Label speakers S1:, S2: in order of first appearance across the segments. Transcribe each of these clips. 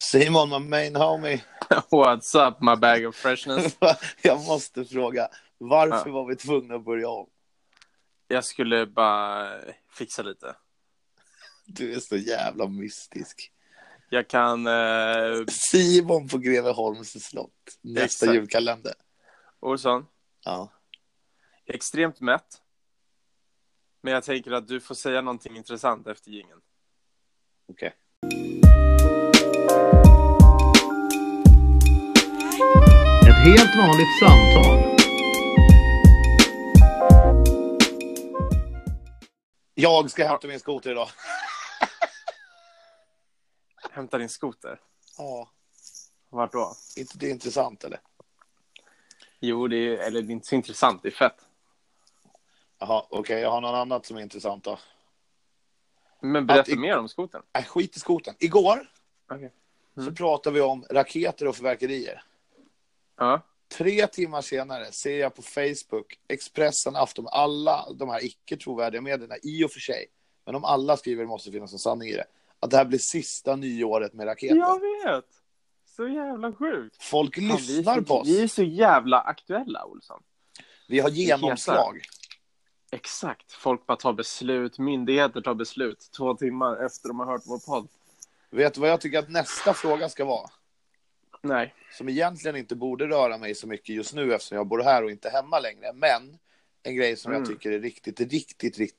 S1: Simon, my main homie.
S2: What's up my bag of freshness?
S1: Jag måste fråga, varför var vi tvungna att börja om?
S2: Jag skulle bara fixa lite.
S1: Du är så jävla mystisk.
S2: Jag kan... Eh,
S1: Simon på Greveholms slott, nästa
S2: Exakt.
S1: julkalender.
S2: Olsson,
S1: Ja.
S2: jag är extremt mätt. Men jag tänker att du får säga någonting intressant efter jingeln.
S1: Okej.
S3: Ett helt vanligt samtal.
S1: Jag ska hämta min skoter idag.
S2: Hämta din skoter.
S1: Ja,
S2: Vart då?
S1: inte det är intressant eller?
S2: Jo, det är, eller det är inte så intressant. Det är fett.
S1: Jaha, okej, jag har något annat som är intressant då.
S2: Men berätta
S1: Att i-
S2: mer om skotern.
S1: Nej, Äh, skit i skotern. Igår
S2: Okej.
S1: så
S2: Mm.
S1: pratade vi om raketer och fyrverkerier.
S2: Ja.
S1: Tre timmar senare ser jag på Facebook, Expressen, Afton, alla de här icke trovärdiga medierna i och för sig, men om alla skriver det måste finnas en sanning i det, att det här blir sista nyåret med raketer.
S2: Jag vet! Så jävla sjukt.
S1: Folk
S2: Fan,
S1: lyssnar
S2: vi, är
S1: på
S2: så,
S1: oss.
S2: vi är så jävla aktuella, Olsson.
S1: Vi har genomslag.
S2: Exakt. Folk bara tar beslut. Myndigheter tar beslut två timmar efter de har hört vår podd.
S1: Vet du vad jag tycker att nästa fråga ska vara?
S2: Nej.
S1: Som egentligen inte borde röra mig så mycket just nu eftersom jag bor här och inte hemma längre. Men en grej som jag
S2: Mm.
S1: tycker är riktigt, riktigt, riktigt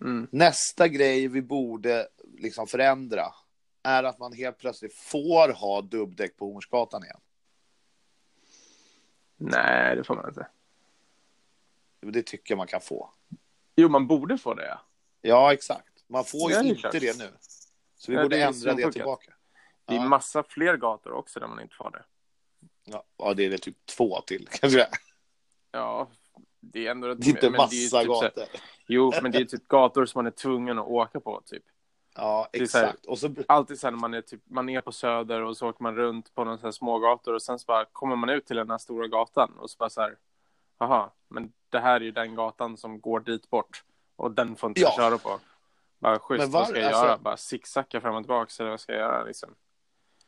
S2: Mm.
S1: Nästa grej vi borde liksom förändra är att man helt plötsligt får ha dubbdäck på Hornsgatan igen.
S2: Nej, det får man inte.
S1: Det tycker jag man kan få.
S2: Jo, man borde få det, ja.
S1: Ja, exakt. Man får ju
S2: Ja, det är
S1: inte
S2: klart.
S1: det nu. Så vi
S2: Ja,
S1: borde
S2: det är
S1: ändra det
S2: svinkorkat.
S1: tillbaka.
S2: Det är
S1: Ja.
S2: massa fler gator också där man inte får det.
S1: Ja, ja, det är det typ två till kanske.
S2: Ja, det är ändå...
S1: Det är inte
S2: men det är ju
S1: massa
S2: typ så här-
S1: gator.
S2: Jo, men det är typ gator som man är tvungen att åka på, typ.
S1: Ja,
S2: är så här-
S1: exakt. Och så,
S2: Alltid sen när man är, typ, man är på Söder och så åker man runt på några så här smågator och sen så bara kommer man ut till den här stora gatan och så bara så här, aha, men det här är ju den gatan som går dit bort och den får inte
S1: Ja.
S2: jag köra på. Bara schysst,
S1: Men var-
S2: vad ska jag
S1: alltså-
S2: göra? Bara zigzacka fram och tillbaka, eller vad ska jag göra liksom?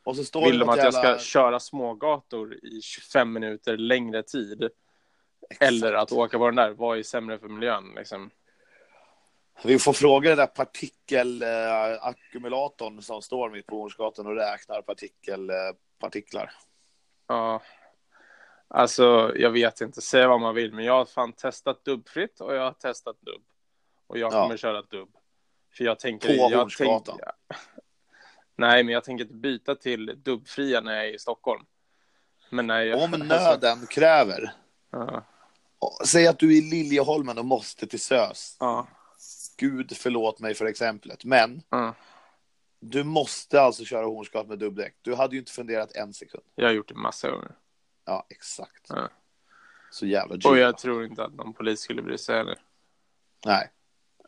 S1: och så står
S2: Vill
S1: det
S2: de
S1: något
S2: att jag ska
S1: jävla-
S2: köra smågator i 25 minuter längre tid?
S1: Exakt.
S2: Eller att åka på den där, vad är sämre för miljön liksom?
S1: Vi får fråga den där partikelackumulatorn som står mitt på Hornsgatan och räknar partikel, eh, partiklar.
S2: Ja. Alltså, jag vet inte. Säg vad man vill, men jag har fan testat dubbfritt och jag har testat dubb. Och jag
S1: Ja.
S2: kommer köra dubb. För jag tänker...
S1: På
S2: jag
S1: Hornsgatan.
S2: Nej, men jag tänker inte byta till dubbfria när jag är i Stockholm. Men när jag...
S1: Om nöden kräver.
S2: Ja.
S1: Säg att du är i Liljeholmen och måste till SÖS.
S2: ja,
S1: Gud förlåt mig för exemplet, men
S2: ja.
S1: du måste alltså köra Hornsgatan med dubbdäck. Du hade ju inte funderat en sekund.
S2: Jag har gjort det massa gånger.
S1: Ja, exakt.
S2: Ja.
S1: Så jävla dyrt.
S2: Och jag tror inte att någon polis skulle bry sig heller.
S1: Nej.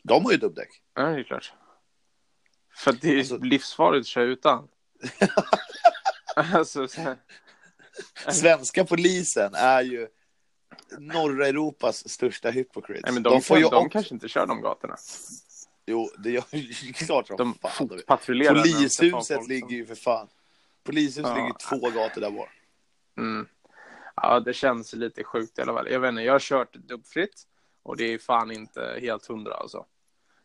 S1: De har ju dubbdäck.
S2: Ja, det är klart. För att det är
S1: Alltså-
S2: livsfarligt att köra utan. alltså, så här.
S1: Svenska polisen är ju norra Europas största hypocrites.
S2: Nej, men de,
S1: får
S2: kan,
S1: ju
S2: de
S1: också-
S2: kanske inte kör de gatorna.
S1: Jo, det gör det är klart de,
S2: De
S1: fan, de
S2: patrullerar. när de ska ta
S1: Polishuset
S2: folk
S1: ligger ju för fan. Polishuset
S2: Ja.
S1: ligger två gator där bort.
S2: Som... Mm. Ja, det känns lite sjukt i alla fall. Jag vet inte, jag har kört dubbfritt och det är fan inte helt hundra alltså.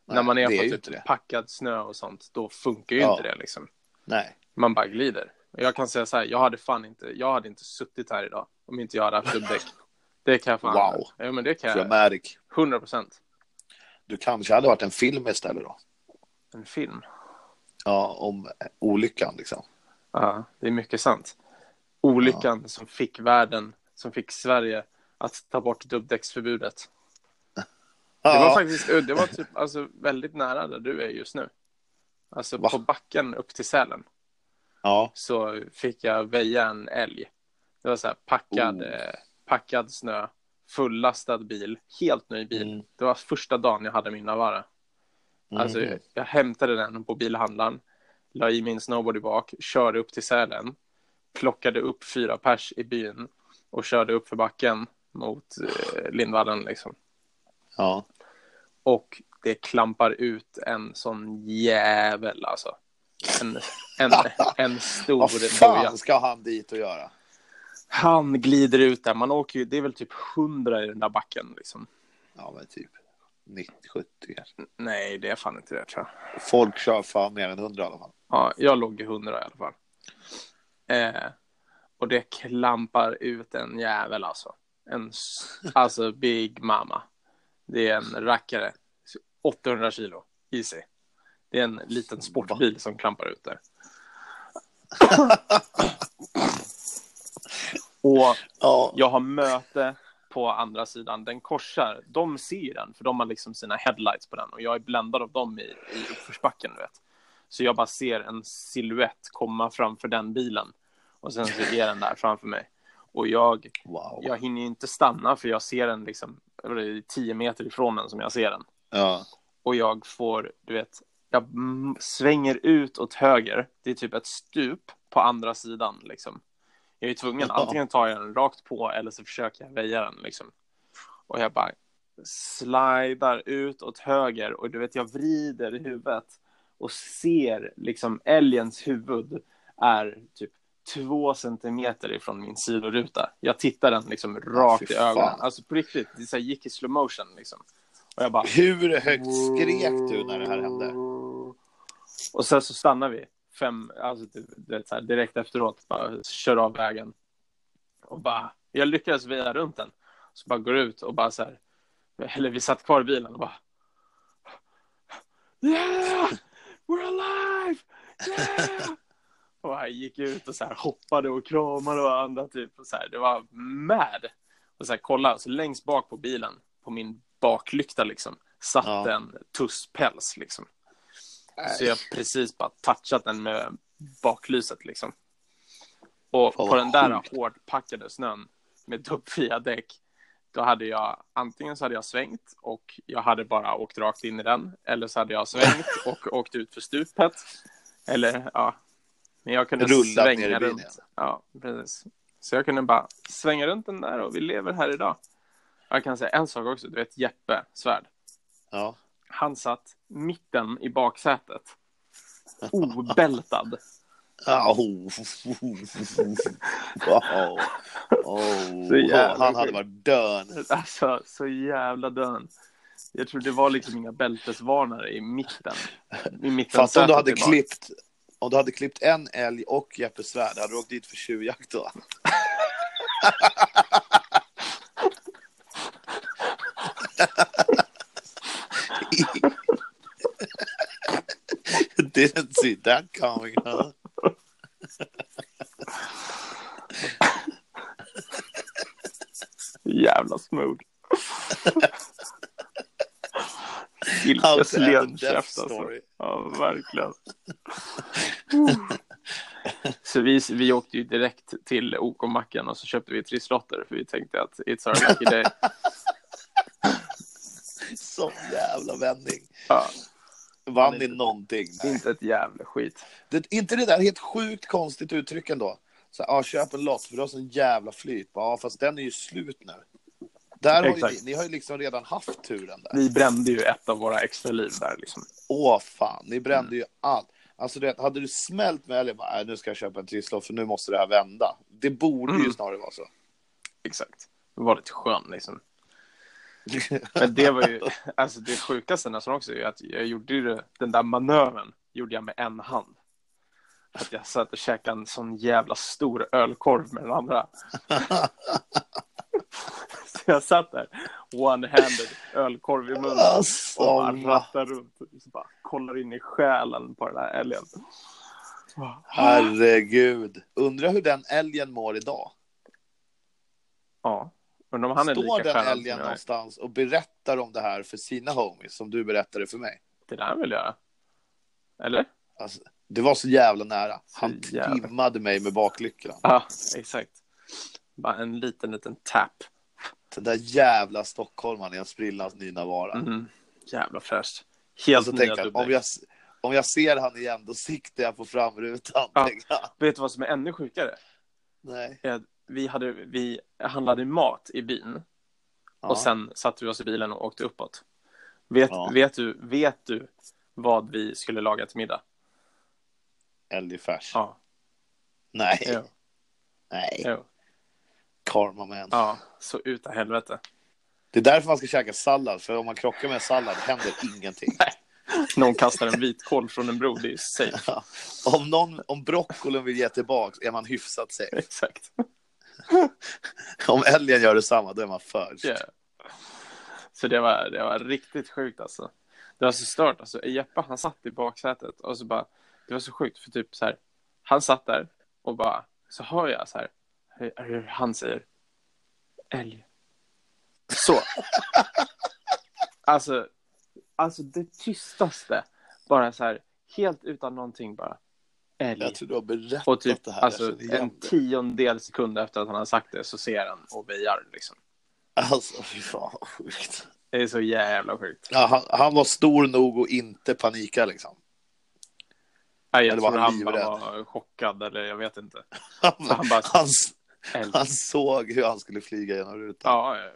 S1: Nej,
S2: När man är
S1: det
S2: på
S1: är ju
S2: typ
S1: inte det.
S2: packad snö och sånt, då funkar ju
S1: Ja.
S2: inte det liksom.
S1: Nej.
S2: Man bara glider. Jag kan säga så här, jag hade fan inte, jag hade inte suttit här idag om inte jag hade haft dubbdäck. Det kan jag fan.
S1: Wow.
S2: Ja, men det kan jag.
S1: Dramatic.
S2: 100 procent.
S1: Du kanske hade varit en film istället då?
S2: En film.
S1: Ja, om olyckan liksom.
S2: Ja, Ah, det är mycket sant. Olyckan som fick världen, som fick Sverige att ta bort dubbdäcksförbudet. Det var faktiskt det var typ, alltså, väldigt nära där du är just nu. Alltså
S1: Va?
S2: på backen upp till Sälen
S1: ja.
S2: så fick jag väja en älg. Det var så här packad,
S1: Oh.
S2: eh, packad snö, fullastad bil, helt ny bil.
S1: Mm.
S2: Det var första dagen jag hade min Navara. Alltså,
S1: Mhm.
S2: jag hämtade den på bilhandlaren, la i min snowboard i bak, körde upp till Sälen, plockade upp fyra pers i byn och körde upp för backen mot eh, Lindvallen liksom.
S1: ja.
S2: Och det klampar ut en sån jävel alltså. En, en, en stor
S1: Vad
S2: boja.
S1: fan ska han dit och göra?
S2: Han glider ut där. Man åker ju, det är väl typ 100 i den där backen. Liksom.
S1: Ja, men typ 90-70 kanske.
S2: Nej, det är fan inte det tror jag.
S1: Folk kör fan mer än 100 i alla fall.
S2: Ja, jag låg i 100 i alla fall. Eh, och det klampar ut en jävel alltså. En, s- alltså Big Mama. Det är en rackare. 800 kilo. Easy. Det är en liten sportbil som klampar ut där. och
S1: Ja,
S2: jag har möte på andra sidan. Den korsar. De ser den, för de har liksom sina headlights på den. Och jag är bländad av dem i, i uppförsbacken, du vet. Så jag bara ser en silhuett komma framför den bilen. Och sen så är den där framför mig. Och jag,
S1: wow.
S2: jag hinner ju inte stanna, för jag ser den liksom vad är det, tio meter ifrån den som jag ser den.
S1: Ja.
S2: Och jag får, du vet, jag mm, svänger ut åt höger. Det är typ ett stup på andra sidan, liksom. Jag är tvungen,
S1: Ja.
S2: antingen tar jag den rakt på eller så försöker jag väja den liksom. Och jag bara slidar ut åt höger och du vet jag vrider huvudet och ser liksom älgens huvud är typ två centimeter ifrån min sidoruta. Jag tittar den liksom rakt
S1: fy
S2: i
S1: fan.
S2: ögonen. Alltså på riktigt, det så här gick i slow motion liksom. Och jag bara
S1: Hur högt skrek du när det här hände?
S2: och sen så stannar vi fem, alltså du, du vet, så här, direkt efteråt, bara kör av vägen. Och bara, jag lyckades veja runt den. Så bara går ut och bara så här, eller vi satt kvar i bilen och bara. Yeah! We're alive! Yeah! Och han gick ut och så här hoppade och kramade varandra typ. Och så här, det var mad. Och så här kolla, så längst bak på bilen, på min baklykta liksom, satt
S1: Ja.
S2: en tusspäls liksom. Så jag
S1: Äh.
S2: har precis bara touchat den med baklyset liksom. Och
S1: Fan,
S2: på
S1: vad
S2: den där
S1: sjukt.
S2: hårdpackade snön med dubbfria däck, då hade jag antingen så hade jag svängt och jag hade bara åkt rakt in i den, eller så hade jag svängt och åkt ut för stupet. Eller ja, men jag kunde
S1: Rullat ner i
S2: svänga
S1: bilen.
S2: runt. Ja, precis. Så jag kunde bara svänga runt den där och vi lever här idag. Jag kan säga en sak också, du vet Jeppe Svärd.
S1: Ja.
S2: Han satt mitten i baksätet. Obältad.
S1: Ah, Oh. Wow. Oh.
S2: Så jävla
S1: Han hade
S2: sjukt.
S1: varit död.
S2: Alltså, så jävla dön. Jag tror det var liksom inga bältesvarnare i mitten. I mitten
S1: Fast om du
S2: sätet
S1: hade
S2: i bak.
S1: klippt om du hade klippt en älg och Jeppe Svärd, hade du åkt dit för tjuvjakt då? Didn't see that coming, huh?
S2: Jävla smooth.
S1: How
S2: Silkes
S1: to have a death
S2: lenkäft alltså.
S1: story.
S2: Ja, verkligen. så vi, vi åkte ju direkt till OK-macken och så köpte vi trisslotter för vi tänkte att it's our lucky day.
S1: Sån jävla vändning.
S2: Ja,
S1: Vann ni någonting?
S2: inte ett jävla skit.
S1: Det, inte det där helt sjukt konstigt uttryck ändå? Så, här, ja, köp en lott för du har sån jävla flyt. Ja, fast den är ju slut nu. Där har ju
S2: Exakt.
S1: ni, ni har ju liksom redan haft turen där.
S2: Vi brände ju ett av våra extra liv där liksom.
S1: Åh fan, ni brände ju allt. Alltså du vet, hade du smält med älgen, bara, "Nej, nu ska jag köpa en trisslott för nu måste det här vända. Det borde ju
S2: Mm.
S1: snarare vara så.
S2: Exakt. Det var lite skön liksom. Men det var ju, alltså det sjukaste nästan också är ju att jag gjorde ju det- den där manövern gjorde jag med en hand. Att jag satt och käkade en sån jävla stor ölkorv med den andra. Så jag satt där, one-handed, ölkorv i munnen
S1: Alltså,
S2: och bara
S1: va?
S2: rattar runt. Och så bara kollar in i själen på den där älgen.
S1: herregud. Undrar hur den älgen mår idag.
S2: Ja, undrar om han är
S1: Står
S2: lika
S1: den
S2: skärrad som
S1: älgen
S2: jag är.
S1: någonstans och berättar om det här för sina homies som du berättade för mig?
S2: Det där vill jag göra. Eller?
S1: Alltså, det var så jävla nära. Han
S2: Så jävla-
S1: trimmade mig med baklyckan.
S2: Ja, exakt. Bara en liten, liten tap.
S1: Den där jävla stockholmaren är en sprillans ny Navara.
S2: Mm. Jävla fräscht. Helt
S1: Och så
S2: nya
S1: tänkte jag,
S2: dubbdäck.
S1: om jag, om jag ser han igen, då siktar jag på framrutan.
S2: Ja.
S1: Tänkte jag.
S2: Vet du vad som är ännu sjukare?
S1: Nej.
S2: Är att Vi, hade, vi handlade mat i byn
S1: Ja.
S2: och sen satte vi oss i bilen och åkte uppåt. Vet,
S1: Ja.
S2: vet, du, vet du vad vi skulle laga till middag?
S1: Älgfärs.
S2: Ja.
S1: Nej.
S2: Jo.
S1: Nej.
S2: Jo.
S1: Karma man.
S2: Ja. Så uta helvete.
S1: Det är därför man ska käka sallad. För om man krockar med en sallad händer ingenting.
S2: Någon kastar en vitkål från en bro. Det är safe.
S1: Ja. Om, någon, om broccolin vill ge tillbaka är man hyfsat säker.
S2: Exakt.
S1: Om älgen gör detsamma, då är man först.
S2: Ja. Så det var, det var riktigt sjukt alltså. Det var så stört alltså. Jeppe han satt i baksätet och så bara. Det var så sjukt för typ så här. Han satt där och bara. Så hör jag så här. hur- Hur han säger. Älg. Så. Alltså. Alltså det tystaste. Bara så här. Helt utan någonting bara. Älg.
S1: Jag tror du har berättat
S2: Och typ
S1: det här.
S2: alltså,
S1: jag känner igen
S2: en
S1: det.
S2: tiondel sekund efter att han har sagt det så ser han och väjar liksom.
S1: Alltså, fy fan vad sjukt.
S2: Det är så jävla sjukt.
S1: Ja, han, han var stor nog och inte panika liksom.
S2: Nej, jag
S1: Eller var
S2: tror
S1: han
S2: han bara
S1: livrädd?
S2: var chockad eller jag vet inte.
S1: Han,
S2: Han bara,
S1: han,
S2: älg.
S1: han såg hur han skulle flyga genom rutan.
S2: Ja, jag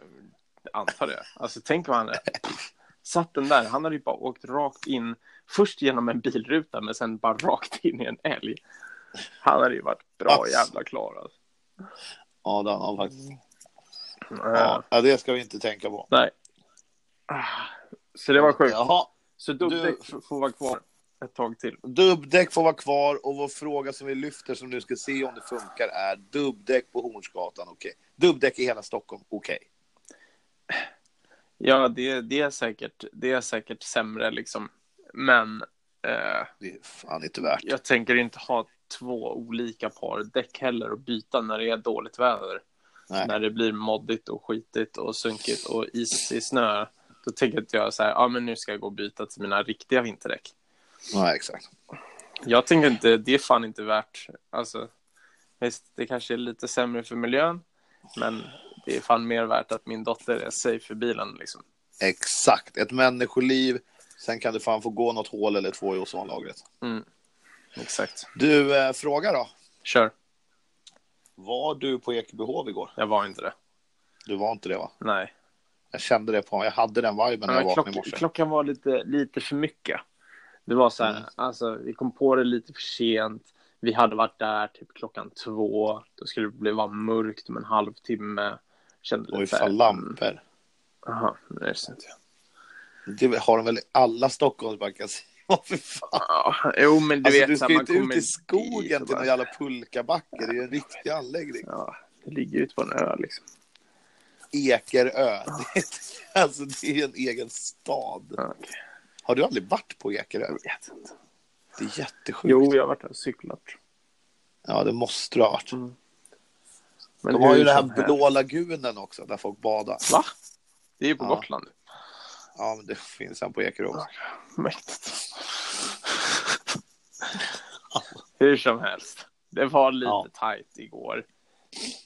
S2: antar det. Alltså tänk vad han är. Satt den där, han hade ju bara åkt rakt in. Först genom en bilruta men sen bara rakt in i en älg. Han hade ju varit bra
S1: Alltså.
S2: jävla klar alltså.
S1: Ja, det hade han faktiskt.
S2: Eh,
S1: Ja, ja, det ska vi inte tänka på.
S2: Nej. Så det var sjukt.
S1: Jaha,
S2: Så dubbdäck
S1: Du-
S2: får vara kvar ett tag till.
S1: dubbdäck får vara kvar och vår fråga som vi lyfter som du ska se om det funkar är dubbdäck på Hornsgatan, okej. Dubbdäck i hela Stockholm, okej.
S2: Ja, det, det, är säkert, det är säkert sämre liksom. Men eh,
S1: Det är fan inte värt.
S2: jag tänker inte ha två olika par däck heller och byta när det är dåligt väder.
S1: Nej.
S2: När det blir moddigt och skitigt och sunkigt och is i snö. Då tänker inte jag så här, ja ah, men nu ska jag gå och byta till mina riktiga vinterdäck.
S1: Nej, exakt.
S2: Jag tänker inte, det är fan inte värt. Alltså, visst, det kanske är lite sämre för miljön. Men det är fan mer värt att min dotter är safe för bilen liksom.
S1: Exakt. Ett människoliv. Sen kan det fan få gå något hål eller två i ozonlagret.
S2: Exakt.
S1: Du, eh, fråga då.
S2: Kör.
S1: Var du på Ekebehov igår?
S2: Jag var inte det.
S1: Du var inte det, va?
S2: Nej.
S1: Jag kände det på mig. Jag hade den viben när jag
S2: Men
S1: vaknade
S2: klock,
S1: i morse.
S2: klockan var lite, lite för mycket. Det var så här,
S1: Mm.
S2: alltså, vi kom på det lite för sent. Vi hade varit där typ klockan två. Då skulle det bli vara mörkt om en halvtimme. Kände
S1: Och
S2: lite så här, Mm.
S1: ifall lampor.
S2: Aha, men det syns inte.
S1: Det har de väl i alla Stockholmsbackar? Vad för fan?
S2: Ja, jo, men du
S1: Du, alltså,
S2: vet.
S1: du
S2: så
S1: ska
S2: här,
S1: ju
S2: man
S1: inte ut
S2: kommer
S1: i
S2: dit
S1: skogen
S2: och
S1: till
S2: bara-
S1: någon jävla pulkabacke. Det är ju en riktig anläggning.
S2: Ja, det ligger ute på en ö liksom.
S1: Ekerö. Det är, alltså, det är ju en egen stad.
S2: Ja, okej.
S1: Har du aldrig varit på Ekerö?
S2: Jag vet inte.
S1: Det är jättesjukt.
S2: Jo, jag har varit där och cyklat.
S1: Ja, det måste du ha varit.
S2: Men
S1: De har
S2: Mm, hur
S1: ju den
S2: som
S1: här
S2: helst.
S1: blå lagunen också, där folk badar.
S2: Va? Det är ju på
S1: Ja.
S2: Gotland.
S1: Ja, men det finns en på Ekerö också.
S2: Mäktigt. Hur som helst. Det var lite
S1: Ja.
S2: tajt igår.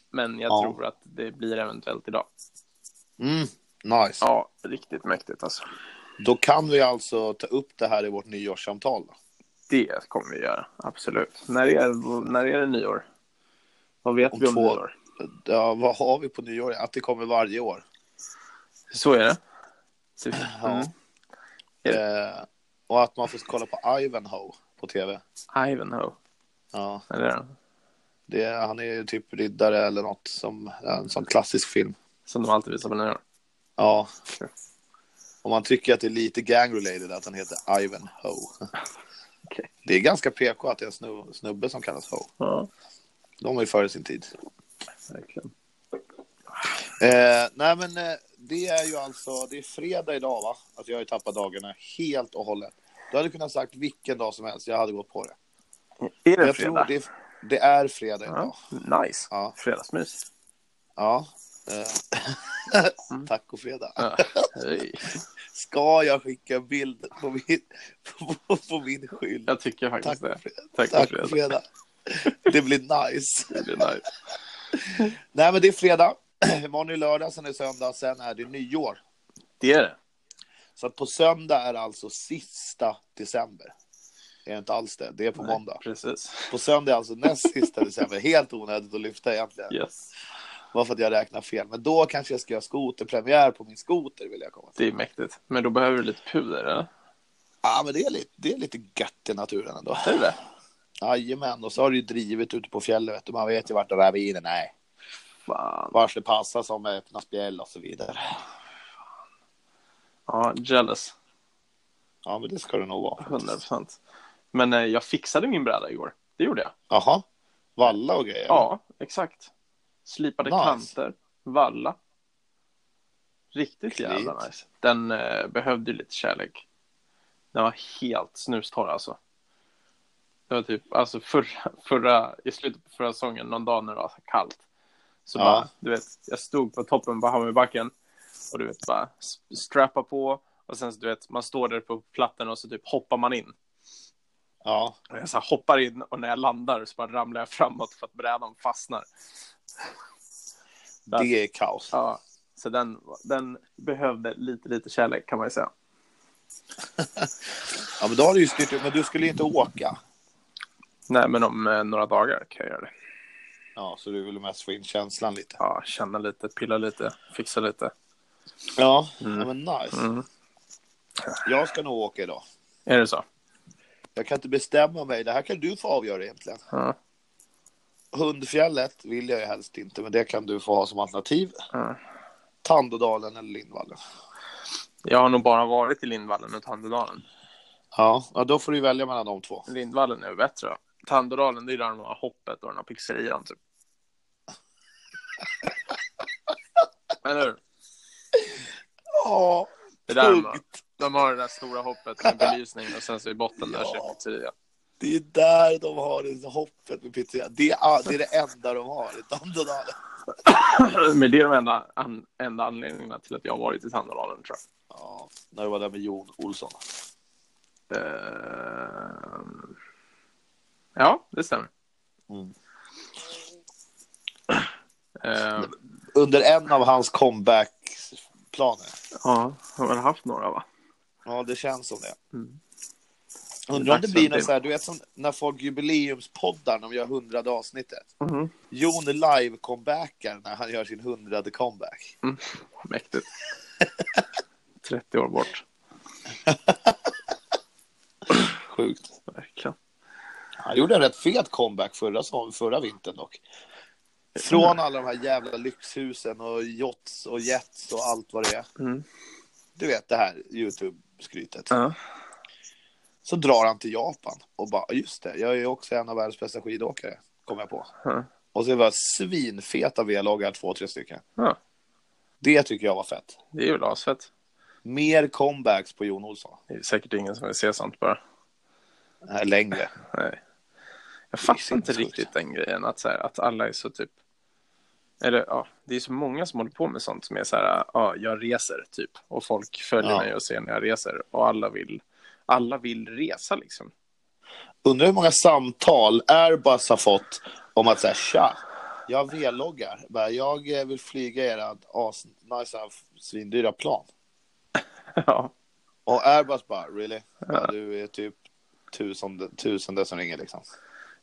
S2: Men jag
S1: Ja.
S2: tror att det blir eventuellt idag.
S1: Mm, nice.
S2: Ja, riktigt mäktigt alltså.
S1: Då kan vi alltså ta upp det här i vårt nyårssamtal. Då.
S2: Det kommer vi göra, absolut. När är, när är det nyår? Vad vet
S1: Om
S2: vi om
S1: två-
S2: nyår?
S1: Ja, vad har vi på nyår? Att det kommer varje år.
S2: Så är det. Så-
S1: Ja.
S2: Är
S1: Eh, och att man får kolla på Ivanhoe på tv.
S2: Mm. Ivanhoe,
S1: Ja,
S2: eller det
S1: det, han är ju typ riddare eller något, som en sån klassisk film.
S2: Som de alltid visar på nyår.
S1: Ja. Och man tycker att det är lite gang-related att han heter Ivanhoe.
S2: Okej.
S1: Det är ganska PK att det är en snu- snubbe som kallas Ho.
S2: Ja,
S1: De är ju före sin tid.
S2: verkligen.
S1: Eh, nej, men eh, det är ju alltså, det är fredag idag va? Alltså jag har ju tappat dagarna helt och hållet. Du hade kunnat sagt vilken dag som helst, jag hade gått på det.
S2: Är
S1: Men
S2: det
S1: jag tror
S2: fredag?
S1: det, det är fredag idag.
S2: Ja, nice.
S1: Ja.
S2: Fredagsmys.
S1: Ja. Eh, Tack och fredag.
S2: Ja. Hej.
S1: Ska jag skicka en bild på min, på, på min skylt?
S2: Jag tycker
S1: Tack
S2: faktiskt
S1: och
S2: det.
S1: fredag.
S2: Tack,
S1: Tack
S2: för
S1: och
S2: fredag.
S1: fredag. Det blir nice.
S2: Det är nice.
S1: Nej, men det är fredag. Imorgon är lördag, sen är söndag, sen är det nyår.
S2: Det är det.
S1: Så att på söndag är alltså sista december. Det är inte alls det, det är på måndag.
S2: Precis.
S1: På söndag är alltså näst sista december. Helt onödigt att lyfta egentligen.
S2: Yes.
S1: Bara för att jag räknar fel. Men då kanske jag ska göra skoterpremiär på min skoter vill jag komma till.
S2: Det är mäktigt. Men då behöver du lite puder, eller?
S1: Ja, men det är lite, det är lite gött i naturen ändå.
S2: Är det det?
S1: Jajamän, och så har du ju drivet ute på fjället, vet du. man vet ju vart det där vinen är.
S2: Fan.
S1: Vars det passar som öppna spjäll och så vidare.
S2: Ja, jealous.
S1: Ja, men det ska det nog vara.
S2: 100 procent. Men eh, jag fixade min bräda igår. Det gjorde jag.
S1: Jaha, valla och grejer?
S2: Ja, exakt. Slipade
S1: Nice.
S2: kanter, valla. Riktigt
S1: Clean.
S2: jävla nice. Den eh, behövde ju lite kärlek. Den var helt snustorr alltså. Det var typ, alltså förra, förra i slutet på förra säsongen, någon dag när det var kallt. Så
S1: Ja.
S2: bara, du vet, jag stod på toppen på Hammarbybacken och du vet bara s- strappa på och sen så du vet, man står där på platten och så typ hoppar man in.
S1: Ja,
S2: Och jag så här hoppar in och när jag landar så bara ramlar jag framåt för att brädan fastnar. Där.
S1: det är kaos.
S2: Ja, så den, den behövde lite, lite kärlek kan man ju säga.
S1: Ja, men då har du ju styrt upp, men du skulle inte åka.
S2: Nej, men om eh, några dagar kan jag göra det.
S1: Ja, så du ville mest få in känslan lite.
S2: Ja, känna lite, pilla lite, fixa lite.
S1: Ja,
S2: Mm.
S1: ja men nice.
S2: Mm.
S1: Jag ska nog åka idag.
S2: Är det så?
S1: Jag kan inte bestämma mig. Det här kan du få avgöra egentligen.
S2: Ja.
S1: Hundfjället vill jag ju helst inte, men det kan du få ha som alternativ.
S2: Ja.
S1: Tandådalen eller Lindvallen.
S2: Jag har nog bara varit i Lindvallen och Tandådalen.
S1: Ja, ja, då får du välja mellan de två.
S2: Lindvallen är ju bättre. då. Tandådalen, det är ju där de har hoppet och den här pizzerian typ. Eller hur?
S1: Ja,
S2: Det där de har.
S1: punkt.
S2: De har det där stora hoppet med belysning och sen så i botten där så är pizzeria.
S1: Det är där de har det hoppet med pizzeria. Det är ah, det, är det enda de har i Tandådalen.
S2: Men det är de enda, an, enda anledningarna till att jag har varit i Tandådalen tror jag.
S1: Ja, när du var där med Jon Olsson.
S2: Ehm, Ja, det stämmer.
S1: Mm.
S2: Ehm,
S1: Under en av hans comeback-planer.
S2: ja, har väl haft några va?
S1: Ja, det känns som det.
S2: Mm.
S1: Undrar om det
S2: Dags
S1: blir
S2: för
S1: något
S2: en
S1: så här, du vet som när folk jubileumspoddar när de gör hundrade avsnittet.
S2: Mm-hmm.
S1: Jon live-comebackar när han gör sin hundrade comeback.
S2: Mäktigt. 30 år bort.
S1: Sjukt.
S2: Verkligen.
S1: Han gjorde en rätt fet comeback förra, som- förra vintern dock. Från alla de här jävla lyxhusen och yachts och jets och allt vad det är.
S2: Mm.
S1: Du vet det här YouTube-skrytet.
S2: Ja.
S1: Så drar han till Japan och bara, just det, jag är ju också en av världens bästa skidåkare, kom jag på.
S2: Ja.
S1: Och så var jag svinfeta V-loggar, två, tre stycken.
S2: Ja,
S1: Det tycker jag var fett.
S2: det är ju asfett.
S1: Mer comebacks på Jon Olsson.
S2: Det är säkert ingen som vill se sånt bara.
S1: Äh, längre.
S2: Nej.
S1: Det
S2: Jag fattar
S1: är
S2: inte
S1: sinnessjukt.
S2: riktigt den grejen att, så här, att alla är så typ... Eller ja, det är så många som håller på med sånt som är så här, ja, jag reser typ. Och folk följer
S1: Ja.
S2: mig och ser när jag reser. Och alla vill, alla vill resa liksom.
S1: Undrar hur många samtal Airbus har fått om att säga tja, jag V-loggar. Bara, Jag eh, vill flyga era asnice, svindyra plan.
S2: ja,
S1: Och Airbus bara, really? Ja, du är typ tusen, tusende som ringer liksom.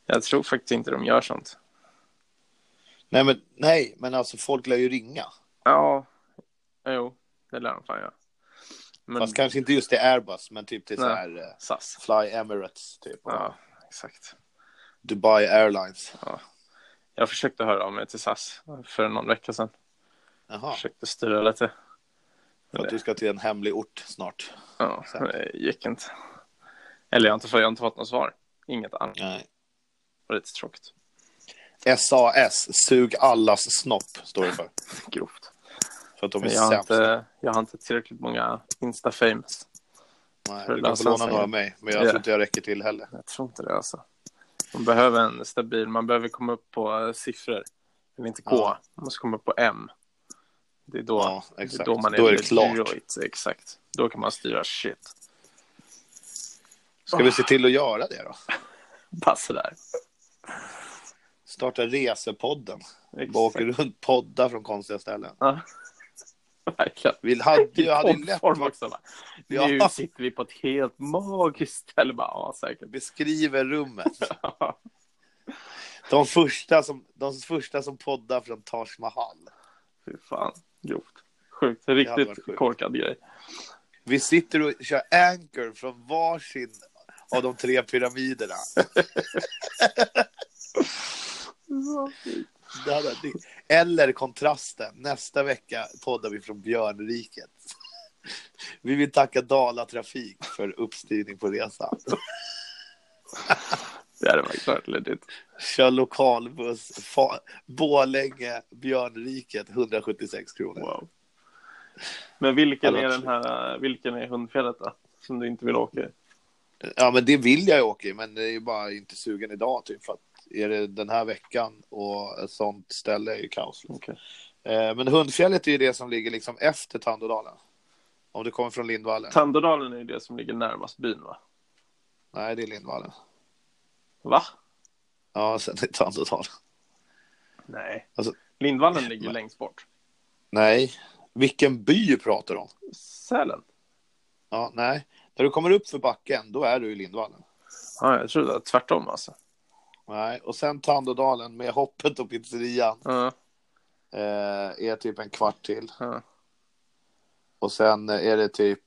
S2: jag tror faktiskt inte de gör sånt.
S1: Nej men, nej, men alltså folk lär ju ringa.
S2: Ja, jo, det lär de fan göra. Men
S1: Fast kanske inte just till Airbus, men typ till så
S2: Nej.
S1: här eh,
S2: SAS.
S1: Fly Emirates, typ. och
S2: Ja, exakt.
S1: Dubai Airlines.
S2: Jag försökte höra av mig till SAS för någon vecka sedan.
S1: Jaha,
S2: Försökte styra lite.
S1: för att du ska till en hemlig ort snart.
S2: Ja,
S1: Så här.
S2: det gick inte. Eller jag har inte, jag har inte fått något svar. Inget annat.
S1: Nej.
S2: Det var lite tråkigt.
S1: SAS, sug allas snopp, står det för.
S2: Grovt.
S1: För att de är
S2: Men jag, har
S1: sämst.
S2: inte, jag har inte tillräckligt många Insta-fames.
S1: Nej,
S2: för
S1: du kan få låna
S2: lösensängen.
S1: några av mig, men jag
S2: Ja.
S1: tror inte jag räcker till heller.
S2: Jag tror inte det alltså. Man behöver en stabil, man behöver komma upp på eh, siffror. Eller inte K,
S1: Ja.
S2: man måste komma upp på M. Det är då,
S1: Ja,
S2: det är
S1: exakt.
S2: då man är,
S1: Då är det
S2: legit. Exakt. Då kan man styra shit.
S1: Ska vi se till att göra det då?
S2: Bara sådär.
S1: Starta Resepodden. Bara åker
S2: Exakt.
S1: runt, poddar från konstiga ställen.
S2: Ja. Verkligen.
S1: Vi hade
S2: I
S1: ju hade ju lätt
S2: poddform Typ också. Va?
S1: Ja.
S2: Nu sitter vi på ett helt magiskt ställe. Bara, ja, säkert.
S1: beskriver rummet. De första som, de första som poddar från Taj Mahal.
S2: Fy fan, grovt. Sjukt,
S1: hade varit
S2: riktigt
S1: sjukt.
S2: korkad grej.
S1: Vi sitter och kör anchor från varsin av de tre pyramiderna. Det hade, det- eller kontrasten. Nästa vecka poddar vi från björnriket. Vi vill tacka Dala Trafik för uppstyrning på resan.
S2: Det hade varit klart ledigt.
S1: Kör lokalbuss Fa- Borlänge, Björnriket, 176 kronor.
S2: Wow. Men vilken
S1: Hade
S2: är
S1: varit
S2: den här, vilken är hundfjället då? Som du inte vill åka i?
S1: Ja, men det vill jag ju åka i, men det är ju bara inte sugen idag. Typ, för att är det den här veckan och ett sånt ställe är ju kaos.
S2: Okej.
S1: Eh, Men Hundfjället är ju det som ligger liksom efter Tandådalen. Om du kommer från Lindvallen.
S2: Tandådalen är ju det som ligger närmast byn va?
S1: Nej, det är Lindvallen.
S2: Va?
S1: Ja, sen är det Tandådalen.
S2: Nej.
S1: Alltså-
S2: Lindvallen ligger ju
S1: Men-
S2: längst bort.
S1: Nej, vilken by pratar du om?
S2: Sälen?
S1: Ja, nej. När du kommer upp för backen, då är du i Lindvallen.
S2: Ja, jag trodde det var tvärtom alltså.
S1: Nej, och sen Tandådalen med hoppet och pizzerian
S2: Ja,
S1: eh, är typ en kvart till.
S2: ja.
S1: Och sen är det typ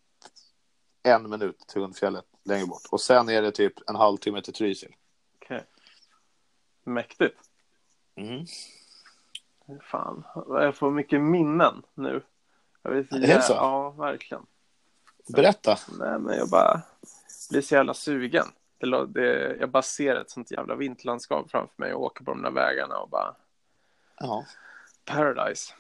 S1: en minut till Hundfjället längre bort. Och sen är det typ en halvtimme till Trysil.
S2: Okej. Mäktigt.
S1: Mm.
S2: Fan, jag får mycket minnen nu. Jag vet,
S1: Är det så?
S2: Ja, verkligen.
S1: Berätta.
S2: Nej, men jag bara blir så jävla sugen. Det, lå- det, jag bara ser ett sånt jävla vinterlandskap framför mig och åker på de där vägarna och bara
S1: Ja,
S2: paradise.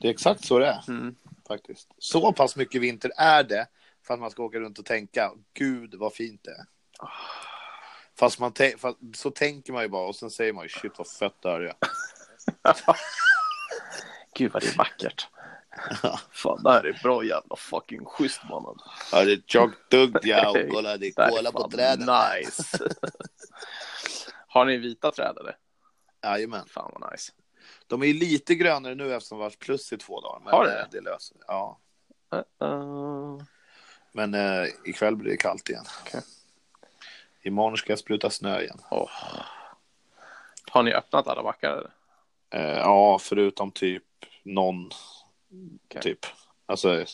S1: det är exakt så det är.
S2: Mm.
S1: faktiskt. Så pass mycket vinter är det för att man ska åka runt och tänka, gud vad fint det är. Fast, man tän- fast så tänker man ju bara och sen säger man ju shit vad fett det här är.
S2: Gud vad det är vackert. Fan, det här är bra jävla fucking schysst mannen.
S1: Ja, det är tjockt dugg ja och kolla, det
S2: Det här
S1: är
S2: är
S1: kola på
S2: fan
S1: träden.
S2: Nice. Har ni vita träd eller?
S1: Jajamän.
S2: Fan vad nice.
S1: De är ju lite grönare nu eftersom det har varit plus i två dagar. Men
S2: Har det?
S1: eh, det? löser Ja, Uh.
S2: Uh-oh.
S1: men eh, ikväll blir det kallt igen.
S2: Okej.
S1: Imorgon ska jag spruta snö igen.
S2: Åh. Har ni öppnat alla backar eller?
S1: Eh, ja, förutom typ någon
S2: Okej.
S1: typ. Alltså,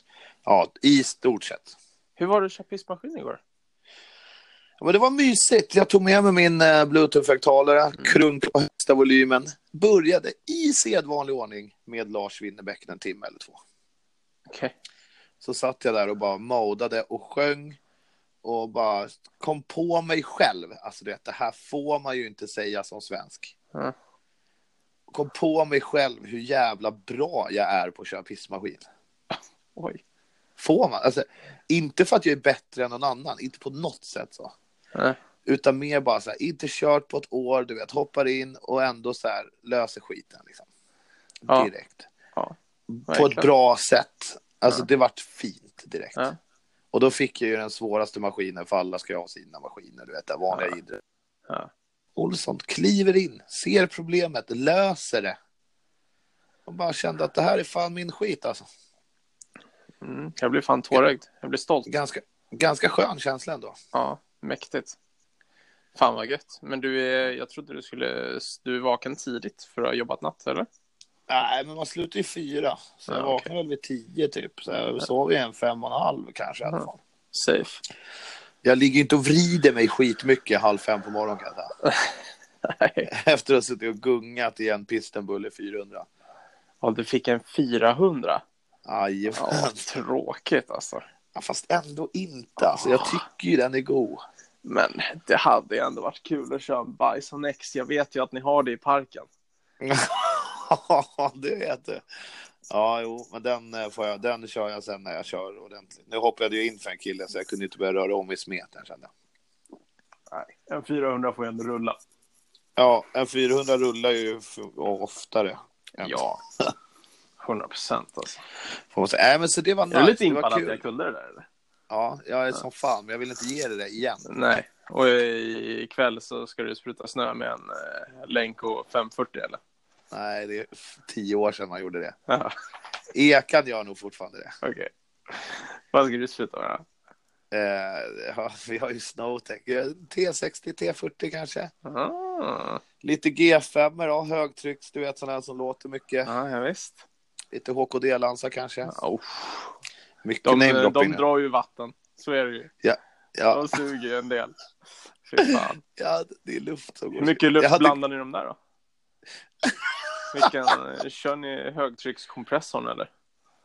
S1: ja, i stort sett.
S2: Hur var det att köra pissmaskin igår?
S1: Ja, Men det var mysigt. Jag tog med mig min eh, bluetooth-högtalare,
S2: Mm.
S1: krunk på högsta volymen. Började i sedvanlig ordning med Lars Winnerbäck en timme eller två.
S2: Okej.
S1: Så satt jag där och bara modade och sjöng och bara kom på mig själv. Alltså du vet, det här får man ju inte säga som svensk.
S2: Mm.
S1: Kom på mig själv hur jävla bra jag är på att köra pissmaskin.
S2: Oj.
S1: Får man? Alltså, inte för att jag är bättre än någon annan, inte på något sätt så.
S2: Nej.
S1: Utan mer bara så här, inte kört på ett år, du vet, hoppar in och ändå så här löser skiten liksom.
S2: Ja.
S1: Direkt.
S2: Ja.
S1: På
S2: Verkligen.
S1: ett bra sätt. Alltså
S2: Ja.
S1: det vart fint direkt.
S2: Ja.
S1: Och då fick jag ju den svåraste maskinen, för alla ska ju ha sina maskiner, du vet, det vanliga
S2: Ja.
S1: idret.
S2: Ja.
S1: Olsson kliver in, ser problemet, löser det. Och bara kände att det här är fan min skit alltså.
S2: Mm. Jag blir fan tårögd. Jag blir stolt.
S1: Ganska, ganska skön känsla ändå.
S2: Ja, mäktigt. Fan vad gött. Men du är, jag trodde du skulle, du är vaken tidigt för att ha jobbat natt eller?
S1: Nej, men man slutar ju fyra. Så
S2: Ja,
S1: jag
S2: okej.
S1: vaknar väl vid tio typ. Så jag sover ju en fem och en halv kanske i alla
S2: Ja.
S1: fall.
S2: Safe.
S1: Jag ligger inte och vrider mig skitmycket halv fem på morgonen kan jag säga.
S2: Nej.
S1: Efter att ha suttit och gungat i en Pistenbulle 400.
S2: Ja, du fick en 400.
S1: Aj,
S2: Ja,
S1: fan.
S2: tråkigt alltså.
S1: Ja, fast ändå inte. Alltså,
S2: Ah.
S1: jag tycker ju den är god.
S2: Men det hade ju ändå varit kul att köra en Bison X. Jag vet ju att ni har det i parken.
S1: Ja, det vet du. Ja, jo, men den, eh, får jag, den kör jag sen när jag kör ordentligt. Nu hoppade jag in för en kille så jag kunde inte börja röra om i smeten kände jag.
S2: Nej, en 400 får ju ändå rulla.
S1: Ja, en 400 rullar ju f- oftare. än-
S2: Ja, 100 procent alltså.
S1: Får man säga. Nej, men så det var
S2: Jag är
S1: nice.
S2: du lite
S1: det
S2: impad
S1: var
S2: att
S1: kul.
S2: jag kunde det där eller?
S1: Ja, jag är som fan, men jag vill inte ge dig det igen.
S2: Nej, och i- ikväll så ska du spruta snö med en eh, länk och 540 eller?
S1: Nej, det är f- tio år sedan man gjorde det.
S2: Ja,
S1: Ekan gör nog fortfarande det.
S2: okej. Vad ska du spruta med då?
S1: Eh, ja, vi har ju Snowtech. Eh, T60, T40 kanske.
S2: Ah,
S1: Lite G5 då, högtrycks, du vet sådana här som låter mycket.
S2: ja, ja, visst.
S1: Lite HKD-lansar kanske.
S2: Ja, oh.
S1: Mycket
S2: De, eh,
S1: namedropping
S2: de
S1: nu.
S2: drar ju vatten, så är det ju.
S1: Ja, Ja,
S2: De suger ju en del. Fy fan.
S1: ja det är luft som går.
S2: Hur mycket luft
S1: Jag hade-
S2: blandar ni i de där då? Vilken, eh, kör ni högtryckskompressorn eller?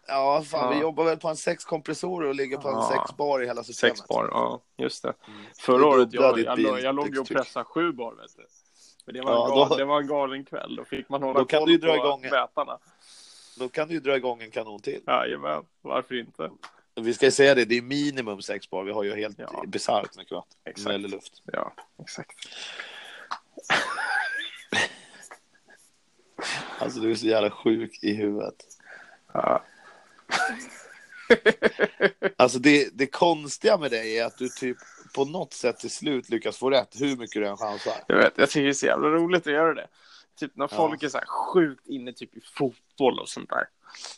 S1: Ja, fan, vi
S2: Ja.
S1: jobbar väl på en sex kompressorer och ligger på en
S2: Ja.
S1: sex bar i hela systemet.
S2: Sex bar, ja just det.
S1: Mm.
S2: Förra
S1: Det
S2: året,
S1: dubblar
S2: jag,
S1: ditt
S2: jag,
S1: bil-
S2: låg- jag låg ju och
S1: däckstryck.
S2: pressade sju bar vet du. Men det var,
S1: Ja,
S2: en galen,
S1: då-
S2: det var en galen kväll, då fick man hålla
S1: Då kan
S2: koll
S1: du ju dra
S2: på
S1: igång-
S2: mätarna.
S1: Då kan du ju dra igång en kanon till.
S2: Jajamän, varför inte?
S1: Vi ska ju säga det, det är minimum sex bar. Vi har ju helt
S2: Ja.
S1: bisarrt mycket vatten.
S2: Exakt.
S1: När det gäller luft.
S2: Ja, exakt.
S1: Alltså du är så jävla sjuk i huvudet.
S2: Ja.
S1: Alltså det, det konstiga med dig är att du typ på något sätt till slut lyckas få rätt hur mycket du än chansar.
S2: Jag vet, jag tycker det är så jävla roligt att göra det. Typ när
S1: Ja.
S2: folk är så här sjukt inne typ i fotboll och sånt där.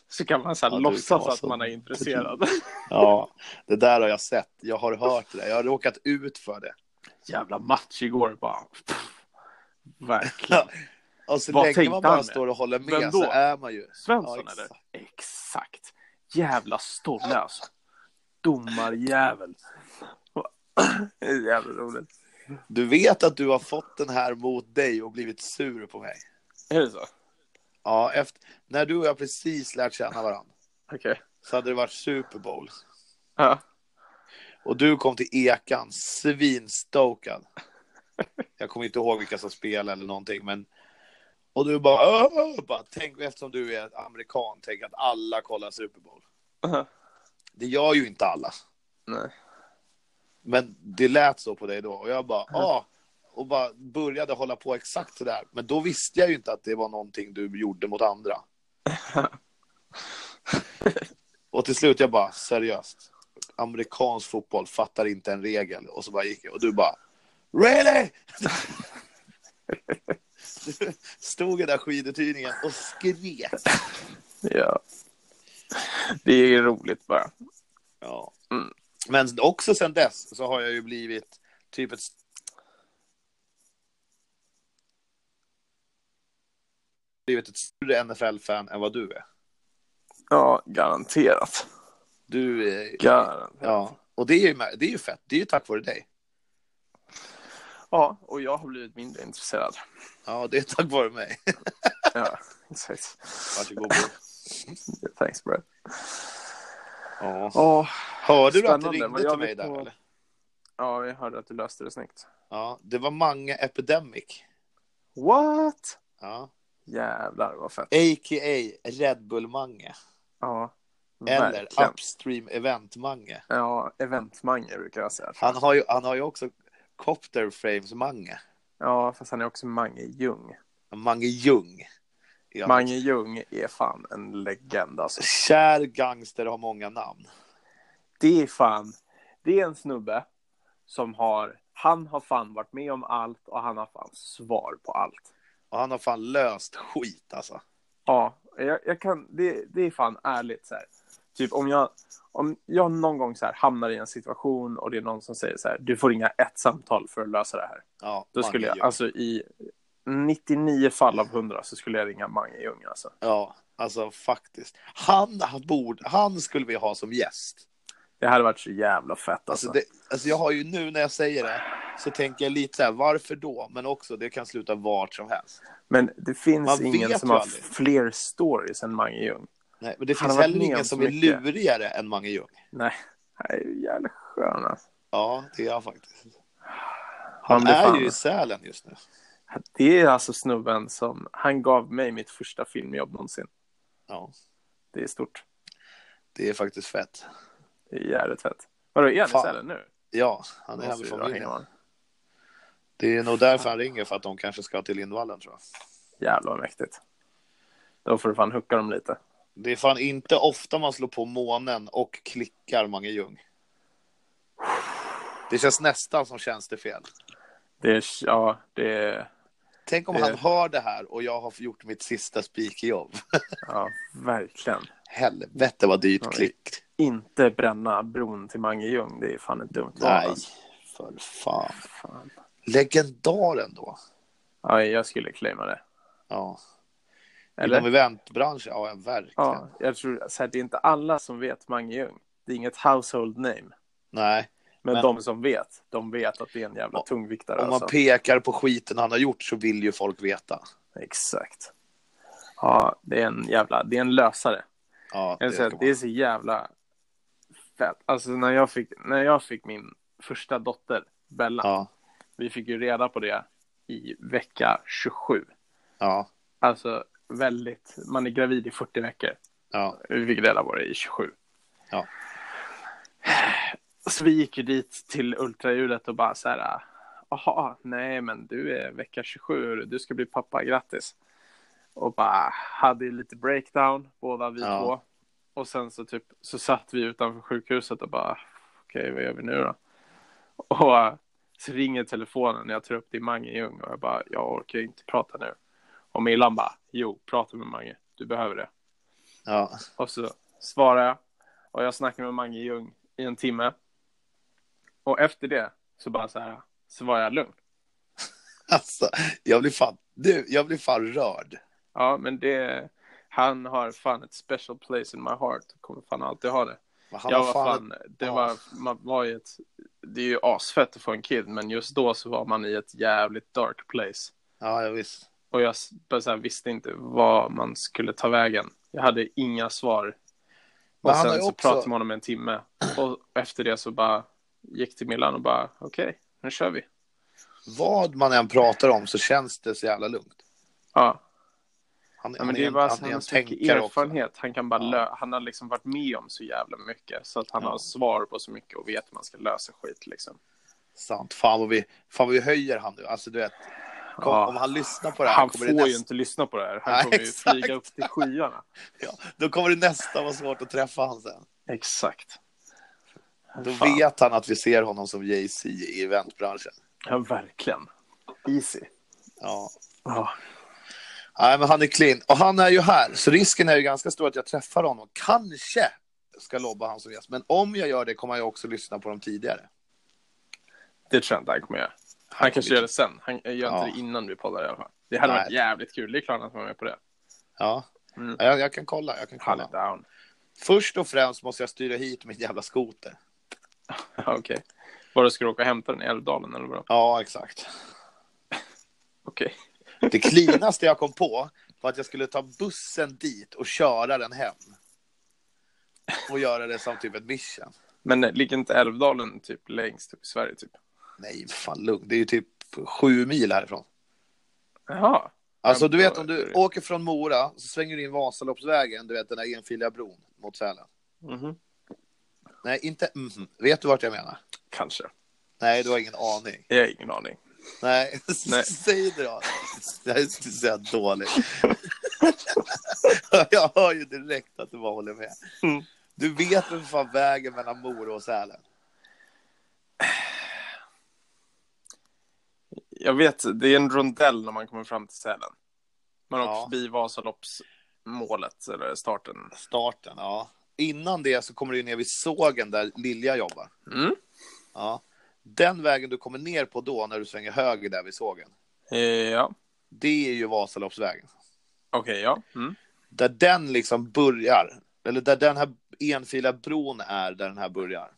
S2: Så kan man så här
S1: Ja, du kan
S2: låtsas
S1: vara
S2: att
S1: så-
S2: man är intresserad.
S1: Ja, det där har jag sett. Jag har hört det. där. Jag har råkat ut för det.
S2: Jävla match igår bara. Pff, verkligen.
S1: Ja, Och så
S2: Vad
S1: Alltså, länge
S2: tänkte
S1: man
S2: han
S1: bara
S2: med?
S1: står och håller
S2: Vem
S1: med
S2: då?
S1: så är man ju.
S2: Svensson
S1: Ja,
S2: eller?
S1: exakt.
S2: Exakt. Jävla stolle alltså. Domarjävel. Det är Jävla roligt.
S1: Du vet att du har fått den här mot dig och blivit sur på mig.
S2: Är det så?
S1: Ja, efter, när du och jag precis lärt känna varandra
S2: Okej.
S1: så hade det varit Super Bowl.
S2: Ja.
S1: Och du kom till Ekan svinstokad. Jag kommer inte ihåg vilka som spelade eller någonting, men... Och du bara... "Åh!" bara tänk, eftersom du är amerikan, tänk att alla kollar Super Bowl.
S2: Aha.
S1: Det gör ju inte alla.
S2: Nej.
S1: Men det lät så på dig då. Och jag bara, ja. Ah. Och bara började hålla på exakt så där. Men då visste jag ju inte att det var någonting du gjorde mot andra. och till slut jag bara, seriöst. Amerikansk fotboll fattar inte en regel. Och så bara gick jag. Och du bara, really? Du Stod i den där skiduthyrningen och skrek.
S2: Ja. Det är ju roligt bara.
S1: Ja.
S2: Mm.
S1: Men också sen dess så har jag ju blivit typ ett blivit ett större NFL-fan än vad du är.
S2: Ja, garanterat.
S1: Du är...
S2: Garanterat.
S1: Ja. Och det är, ju, det är ju fett. Det är ju tack vare dig.
S2: Ja, och jag har blivit mindre intresserad.
S1: Ja, det är tack vare mig.
S2: Ja, exakt. typ.
S1: Varsågod.
S2: Thanks bro.
S1: Ja.
S2: Ja,
S1: Hörde du att det
S2: Spännande. Vad
S1: ringde
S2: gör
S1: till
S2: vi
S1: mig där?
S2: på-
S1: Eller?
S2: ja, jag hörde att du löste det snyggt.
S1: Ja, det var Mange Epidemic.
S2: What?
S1: Ja.
S2: Jävlar vad fett.
S1: A.k.a. Red Bull Mange.
S2: Ja,
S1: Eller
S2: verkligen.
S1: Upstream Event Mange.
S2: Ja, eventmange brukar jag säga.
S1: Han har ju, han har ju också Copter Frames Mange.
S2: Ja, fast han är också Mange Ljung.
S1: Mange Ljung. Ja.
S2: Mange Ljung är fan en legend alltså.
S1: Kär gangster har många namn.
S2: Det är fan, det är en snubbe som har, han har fan varit med om allt och han har fan svar på allt.
S1: Och han har fan löst skit alltså.
S2: Ja, jag, jag kan, det, det är fan ärligt så här. Typ om jag, om jag någon gång så här hamnar i en situation och det är någon som säger så här, du får ringa ett samtal för att lösa det här.
S1: Ja,
S2: Då
S1: Mange
S2: skulle jag,
S1: Ljung.
S2: alltså i 99 fall av 100 så skulle jag ringa Mange Ljung alltså.
S1: Ja, alltså faktiskt. Han, borde, han skulle vi ha som gäst.
S2: Det hade varit så jävla fett alltså.
S1: Alltså, det, alltså jag har ju nu när jag säger det så tänker jag lite så här, varför då? Men också, det kan sluta vart som helst.
S2: Men det finns
S1: Man
S2: ingen
S1: vet
S2: som
S1: ju
S2: har
S1: aldrig.
S2: fler stories än Mange Ljung.
S1: Nej, men det
S2: Han
S1: finns
S2: har varit
S1: heller
S2: med
S1: ingen
S2: om så
S1: som är
S2: mycket.
S1: lurigare än Mange Ljung.
S2: Nej, han är ju jävla skön alltså.
S1: Ja, det är han faktiskt.
S2: Han
S1: Han
S2: blir fan-
S1: är ju i Sälen just nu.
S2: Det är alltså snubben som, han gav mig mitt första filmjobb någonsin.
S1: Ja,
S2: Det är stort.
S1: det är faktiskt fett.
S2: Det är jävligt fett. Vadå, är han i
S1: Fan.
S2: Sälen nu?
S1: Ja, han är
S2: Måste vi dra
S1: hemifrån
S2: häng
S1: Vinja.
S2: med honom.
S1: Det är nog därför han ringer, för att de kanske ska till Lindvallen tror jag.
S2: Jävlar vad mäktigt. Då får du fan hucka dem lite.
S1: Det är fan inte ofta man slår på månen och klickar Mange Ljung. Det känns nästan som tjänstefel.
S2: Det är, ja, det är,
S1: Tänk om
S2: Det-
S1: han hör det här och jag har gjort mitt sista spikjobb.
S2: ja, verkligen.
S1: Helvete vad dyrt
S2: Oj.
S1: klick.
S2: Inte bränna bron till Mange Ljung, det är fan ett dumt val,
S1: Nej,
S2: alltså.
S1: för fan.
S2: Fan.
S1: Legendaren då.
S2: Ja, jag skulle claima det.
S1: Ja. Inom
S2: Eller?
S1: eventbranschen, ja verkligen.
S2: Ja, jag tror, så här, det är inte alla som vet Mange Ljung. Det är inget household name.
S1: Nej,
S2: Men,
S1: Men-
S2: de som vet, de vet att det är en jävla tungviktare.
S1: Om man
S2: Alltså.
S1: pekar på skiten han har gjort så vill ju folk veta.
S2: Exakt. Ja, det är en jävla, det är en lösare.
S1: Ja,
S2: Jag
S1: det
S2: vill säga,
S1: ska
S2: det är
S1: man-
S2: så jävla fett. Alltså när jag fick, när jag fick min första dotter, Bella,
S1: ja,
S2: vi fick ju reda på det i vecka 27.
S1: ja,
S2: Alltså väldigt, man är gravid i 40 veckor.
S1: ja,
S2: Vi fick reda på det i 27.
S1: Ja.
S2: Så vi gick ju dit till ultraljudet och bara så här. Jaha, nej men du är vecka 27, hörru, du ska bli pappa, grattis. Och bara hade ju lite breakdown, båda vi
S1: Ja.
S2: två. Och sen så typ så satt vi utanför sjukhuset och bara okej, vad gör vi nu då? Och eh, så ringer telefonen när jag tar upp det i Mange Ljung och jag bara jag orkar inte prata nu. Och Millan bara jo, prata med Mange, du behöver det.
S1: ja,
S2: Och så svarar jag. Och jag snackar med Mange Ljung i en timme. Och efter det så bara så här, så var jag lugn.
S1: alltså, jag blir fan, du, jag blir fan rörd.
S2: Ja, men det, han har fan ett special place in my heart. Kommer fan alltid ha det.
S1: Men Han
S2: jag
S1: har
S2: var
S1: fan,
S2: fan, det
S1: ja.
S2: var, man var ju ett, det är ju asfett att få en kid, men just då så var man i ett jävligt dark place.
S1: Ja, ja, visst.
S2: Och jag s- bara så här, visste inte vad man skulle ta vägen. Jag hade inga svar.
S1: Men
S2: Och
S1: han har
S2: sen
S1: ju
S2: så
S1: också-
S2: pratade man med honom en timme. Och efter det så bara gick till Milan och bara okej, nu kör vi.
S1: Vad man än pratar om så känns det så jävla lugnt.
S2: Ja,
S1: Han,
S2: ja
S1: han
S2: men det är
S1: en-
S2: bara
S1: han
S2: han
S1: är
S2: har
S1: en
S2: så mycket
S1: tänkare också.
S2: erfarenhet. Han kan bara
S1: Ja.
S2: lö- Han har liksom varit med om så jävla mycket så att han
S1: Ja.
S2: har svar på så mycket och vet hur man ska lösa skit liksom.
S1: Sant. Fan vad, vi, fan vad vi höjer han nu. Alltså, du vet, kom,
S2: Ja.
S1: om han lyssnar på det här
S2: Han får
S1: kommer det
S2: ju
S1: nästa,
S2: inte lyssna på det här. Han
S1: Nej,
S2: kommer ju
S1: exakt.
S2: flyga upp till skyarna.
S1: ja, då kommer det nästan vara svårt att träffa han sen.
S2: Exakt.
S1: Då
S2: Fan.
S1: vet han att vi ser honom som Jay-Z i eventbranschen.
S2: Ja, verkligen. Easy.
S1: Ja.
S2: Ja.
S1: Nej, men han är clean. Och han är ju här, så risken är ju ganska stor att jag träffar honom. Kanske ska lobba han som gäst. Men om jag gör det kommer jag också lyssna på dem tidigare.
S2: Det tror jag inte han kommer göra. Han kanske gör det sen. Han gör
S1: Ja.
S2: inte det innan vi poddar i alla fall. Det hade
S1: Nej.
S2: varit jävligt kul. Det är klart att han var med på det.
S1: Ja.
S2: Mm.
S1: Ja, Jag, jag kan kolla. Jag kan
S2: Han är
S1: kolla.
S2: down.
S1: Först och främst måste jag styra hit min jävla skoter.
S2: Okej. Vadå, ska du åka och hämta den i Älvdalen eller vadå?
S1: Ja, exakt.
S2: Okej.
S1: Det cleanaste jag kom på var att jag skulle ta bussen dit och köra den hem. Och göra det som typ ett mission.
S2: Men eh, ligger inte Älvdalen typ längst upp i Sverige typ?
S1: Nej, fan lugn. Det är ju typ sju mil härifrån.
S2: Jaha.
S1: Alltså
S2: Ja,
S1: du
S2: då
S1: vet
S2: är
S1: om du
S2: det-
S1: åker från Mora så svänger du in Vasaloppsvägen, du vet den där enfiliga bron mot Sälen.
S2: Mhm.
S1: Nej, inte mhm. Vet du vart jag menar?
S2: Kanske.
S1: Nej, du har ingen aning.
S2: Jag har ingen aning.
S1: Nej,
S2: Nej.
S1: säg det då. Det här är så jävla dåligt. jag hör ju direkt att du bara håller med.
S2: Mm.
S1: Du vet väl för fan vägen mellan Mora och Sälen?
S2: Jag vet, det är en rondell när man kommer fram till Sälen. Man åker
S1: Ja.
S2: förbi Vasaloppsmålet, eller starten.
S1: Starten, ja. Innan det så kommer du ju ner vid sågen där Lilja jobbar.
S2: Mm.
S1: Ja. Den vägen du kommer ner på då när du svänger höger där vid sågen.
S2: Eh, Ja,
S1: Det är ju Vasaloppsvägen.
S2: okej, ja. Mm.
S1: där den liksom börjar, eller där den här enfiliga bron är, där den här börjar.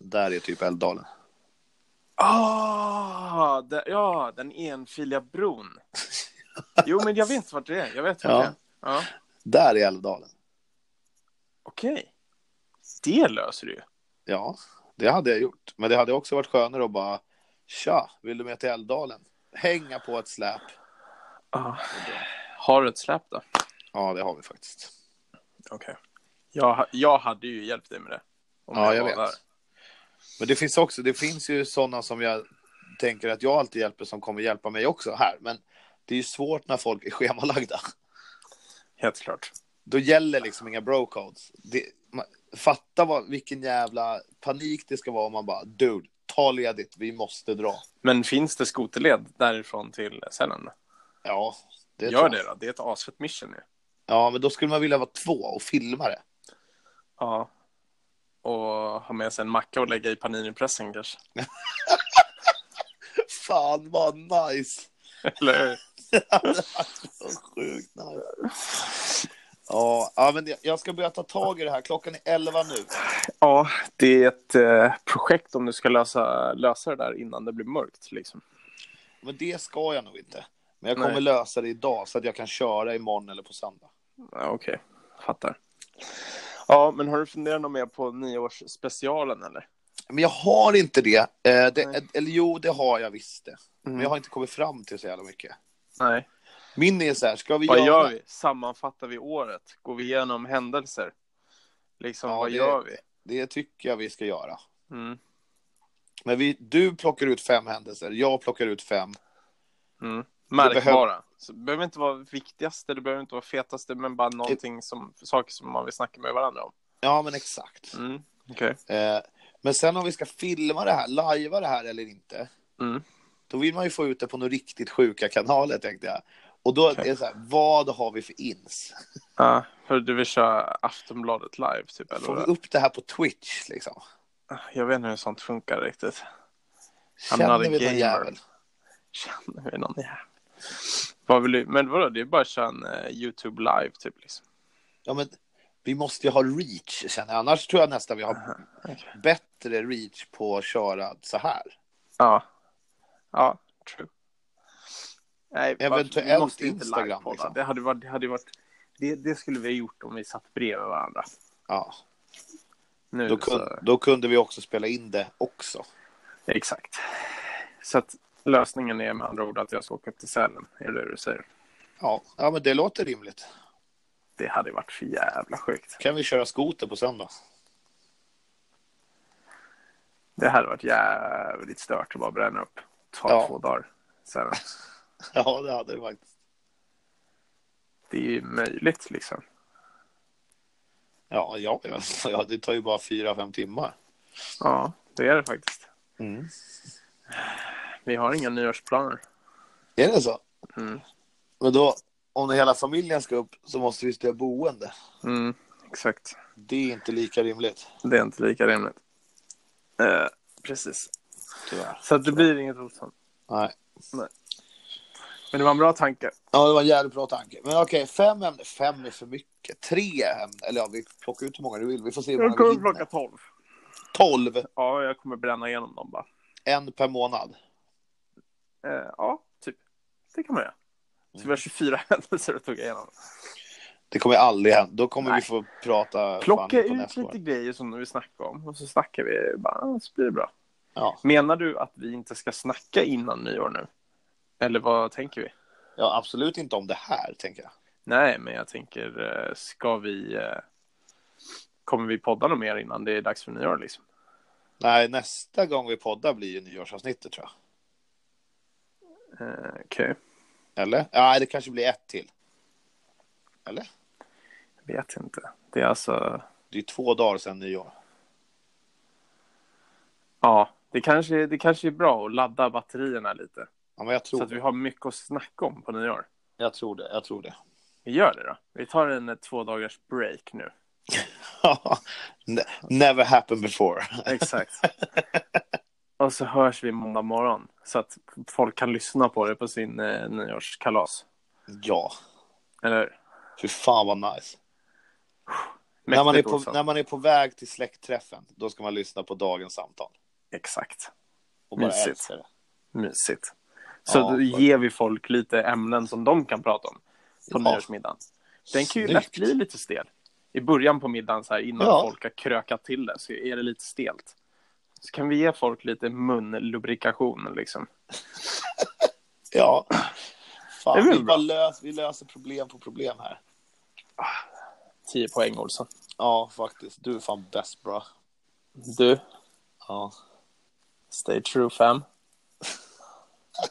S1: Där är typ Älvdalen.
S2: Ah, det, ja, den enfiliga bron. Jo, men jag vet vart det är. Jag vet vart
S1: Ja.
S2: det är. Ja.
S1: Där är Älvdalen.
S2: Okej. Det löser du ju.
S1: Ja, det hade jag gjort. Men det hade också varit skönare att bara, tja, vill du med till Älvdalen? Hänga på ett släp.
S2: Ah. Har du ett släp då?
S1: Ja, det har vi faktiskt.
S2: Okej. Jag, jag hade ju hjälpt dig med det. Om
S1: Ja, jag
S2: var
S1: vet.
S2: där.
S1: Men det finns också, det finns ju sådana som jag tänker att jag alltid hjälper som kommer hjälpa mig också här. Men det är ju svårt när folk är schemalagda.
S2: Helt klart.
S1: då gäller liksom inga brocodes. Det, man, fatta vad, vilken jävla panik det ska vara om man bara dude, ta ledigt, vi måste dra.
S2: Men finns det skoterled därifrån till Sälen?
S1: Ja, det tror
S2: Gör
S1: jag.
S2: det då. Det är ett asfett mission nu.
S1: Ja, men då skulle man vilja vara två och filma det.
S2: Ja. Och ha med sig en macka och lägga i paninipressen kanske.
S1: Fan vad nice!
S2: Eller hur?
S1: Så Sjukt nice. Ja, ja men det- jag ska börja ta tag i det här. Klockan är 11 nu.
S2: Ja, det är ett eh, projekt om du ska lösa, lösa det där innan det blir mörkt. Liksom.
S1: Men det ska jag nog inte. Men jag
S2: Nej.
S1: kommer lösa det idag så att jag kan köra imorgon eller på söndag.
S2: Ja, Okej, fattar. Ja, men har du funderat något mer på nioårsspecialen eller?
S1: Men jag har inte det. Eh, det
S2: Nej.
S1: eller jo, det har jag visst det.
S2: Mm.
S1: Men jag har inte kommit fram till så jävla mycket.
S2: Nej.
S1: Min är så här, ska vi
S2: Vad
S1: göra...
S2: gör vi? Sammanfattar vi året? Går vi igenom händelser? Liksom,
S1: Ja,
S2: vad
S1: det-
S2: gör vi?
S1: Det tycker jag vi ska göra.
S2: Mm.
S1: Men vi, du plockar ut fem händelser, jag plockar ut fem.
S2: Mm. Märkbara. Så Det behöver inte vara viktigaste, det behöver inte vara fetaste, men bara någonting som, saker som man vill snacka med varandra om.
S1: Ja, men exakt.
S2: Mm. Okej.
S1: Eh, men sen om vi ska filma det här, lajva det här eller inte,
S2: Mm.
S1: då vill man ju få ut det på några riktigt sjuka kanaler, tänkte jag. Och då är det så här, vad har vi för ins?
S2: Ja, för du vill köra Aftonbladet live, typ? Eller?
S1: Får vi
S2: vad? Ah,
S1: upp det här på Twitch, liksom?
S2: Jag vet inte hur sånt funkar riktigt. I'm
S1: Känner
S2: not a
S1: vi någon
S2: gamer.
S1: jävel?
S2: Känner vi någon jävel? Vad vill du? Men vadå, det är bara att köra en eh, YouTube live, typ? Liksom.
S1: Ja, men vi måste ju ha reach, känner jag. Annars tror jag nästan vi har
S2: Okej.
S1: bättre reach på att köra så här.
S2: Ja. Ja, true. Nej, varför-
S1: Eventuellt
S2: vi måste inte
S1: Instagram,
S2: livepodda.
S1: liksom.
S2: Det hade varit... Det, hade varit det, det skulle vi ha gjort om vi satt bredvid varandra.
S1: Ja,
S2: Nu,
S1: då,
S2: så,
S1: kun, då kunde vi också spela in det också.
S2: Exakt. Så att lösningen är med andra ord att jag ska åka upp till Sälen. Är det det du säger?
S1: Ja, ja men det låter rimligt.
S2: Det hade varit för jävla sjukt.
S1: Kan vi köra skoter på söndag?
S2: Det hade varit jävligt stört att bara bränna upp. Ta
S1: Ja.
S2: två dagar. Sen,
S1: Ja, det hade vi faktiskt.
S2: det är ju möjligt liksom.
S1: Ja, ja, ja, ja det tar ju bara fyra, fem timmar.
S2: Ja, det är det faktiskt.
S1: Mm.
S2: Vi har inga nyårsplaner.
S1: Är det så?
S2: Mm.
S1: Men då, om hela familjen ska upp så måste vi stödja boende.
S2: Mm, exakt.
S1: Det är inte lika rimligt,
S2: Det är inte lika rimligt. Eh, precis.
S1: tyvärr.
S2: Så att det blir inget Olsson.
S1: Nej.
S2: Men det var en bra tanke.
S1: Ja, det var en jävligt bra tanke. Men okej, fem ämnen. Fem är för mycket. Tre ämnen. Eller ja, vi plockar ut hur många du vill. Vi får se hur
S2: Jag
S1: många vi
S2: kommer plocka
S1: hinner.
S2: 12.
S1: Tolv.
S2: Ja, jag kommer bränna igenom dem bara.
S1: En per månad.
S2: Eh, ja, typ. Det kan man göra. Så vi
S1: Mm.
S2: har 24 händelser att tog igenom.
S1: Det kommer aldrig hända. Då kommer
S2: Nej.
S1: vi få prata
S2: Plocka
S1: fan på
S2: ut
S1: nästa
S2: lite
S1: år.
S2: grejer som vi snackar om och så snackar vi bara, så blir det bra.
S1: Ja.
S2: Menar du att vi inte ska snacka innan nyår nu? Eller vad tänker vi?
S1: ja, absolut inte om det här, tänker jag.
S2: Nej, men jag tänker, eh, ska vi... eh, Kommer vi podda något mer innan det är dags för nyår liksom?
S1: Nej, nästa gång vi poddar blir ju nyårsavsnittet, tror jag.
S2: Eh, Okej,
S1: Eller? Nej, det kanske blir ett till. Eller?
S2: jag vet inte. Det är alltså...
S1: Det är två dagar sedan nyår.
S2: Ja, det kanske, det kanske är bra att ladda batterierna lite.
S1: Ja, men jag
S2: Så
S1: tror,
S2: att vi har mycket att snacka om på nyår.
S1: jag tror det. Jag tror det.
S2: Vi gör det då. Vi tar en eh, två dagars break nu.
S1: Ne- Never happened before.
S2: Exakt. Och så hörs vi måndag morgon. Så att folk kan lyssna på det på sin eh, nyårskalas.
S1: Ja,
S2: Eller hur?
S1: fy fan vad nice. När
S2: Mäktigt
S1: man, är på,
S2: Olsson.
S1: när man är på väg till släktträffen, då ska man lyssna på dagens samtal.
S2: Exakt.
S1: Och bara
S2: Mysigt.
S1: älska det.
S2: Mysigt. Så
S1: Ja,
S2: då
S1: faktiskt.
S2: ger vi folk lite ämnen som de kan prata om
S1: Ja.
S2: på nyårsmiddagen. Den kan ju
S1: Snyggt.
S2: lätt bli lite stel. I början på middagen, så här, innan
S1: Ja.
S2: folk har krökat till det, så är det lite stelt. Så kan vi ge folk lite munlubrikation. Liksom.
S1: Ja.
S2: Det är
S1: Fan,
S2: väl
S1: vi, bara
S2: bra.
S1: lös, vi löser problem på problem här.
S2: 10 poäng, Olsson.
S1: Ja, faktiskt. Du är fan bäst, bra.
S2: Du,
S1: Ja.
S2: stay true, fam. Vi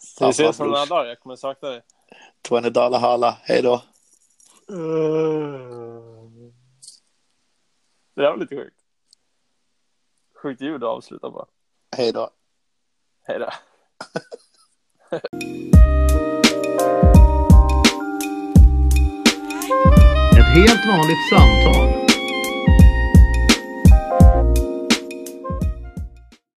S1: Samma
S2: ses om några
S1: brors.
S2: dagar. Jag kommer sakna dig.
S1: 20 dollar halla. Hej då. Eh.
S2: Det där var lite sjukt. Sjukt ljud att avsluta bara.
S1: Hej då.
S2: Hej då.
S3: Ett helt vanligt samtal.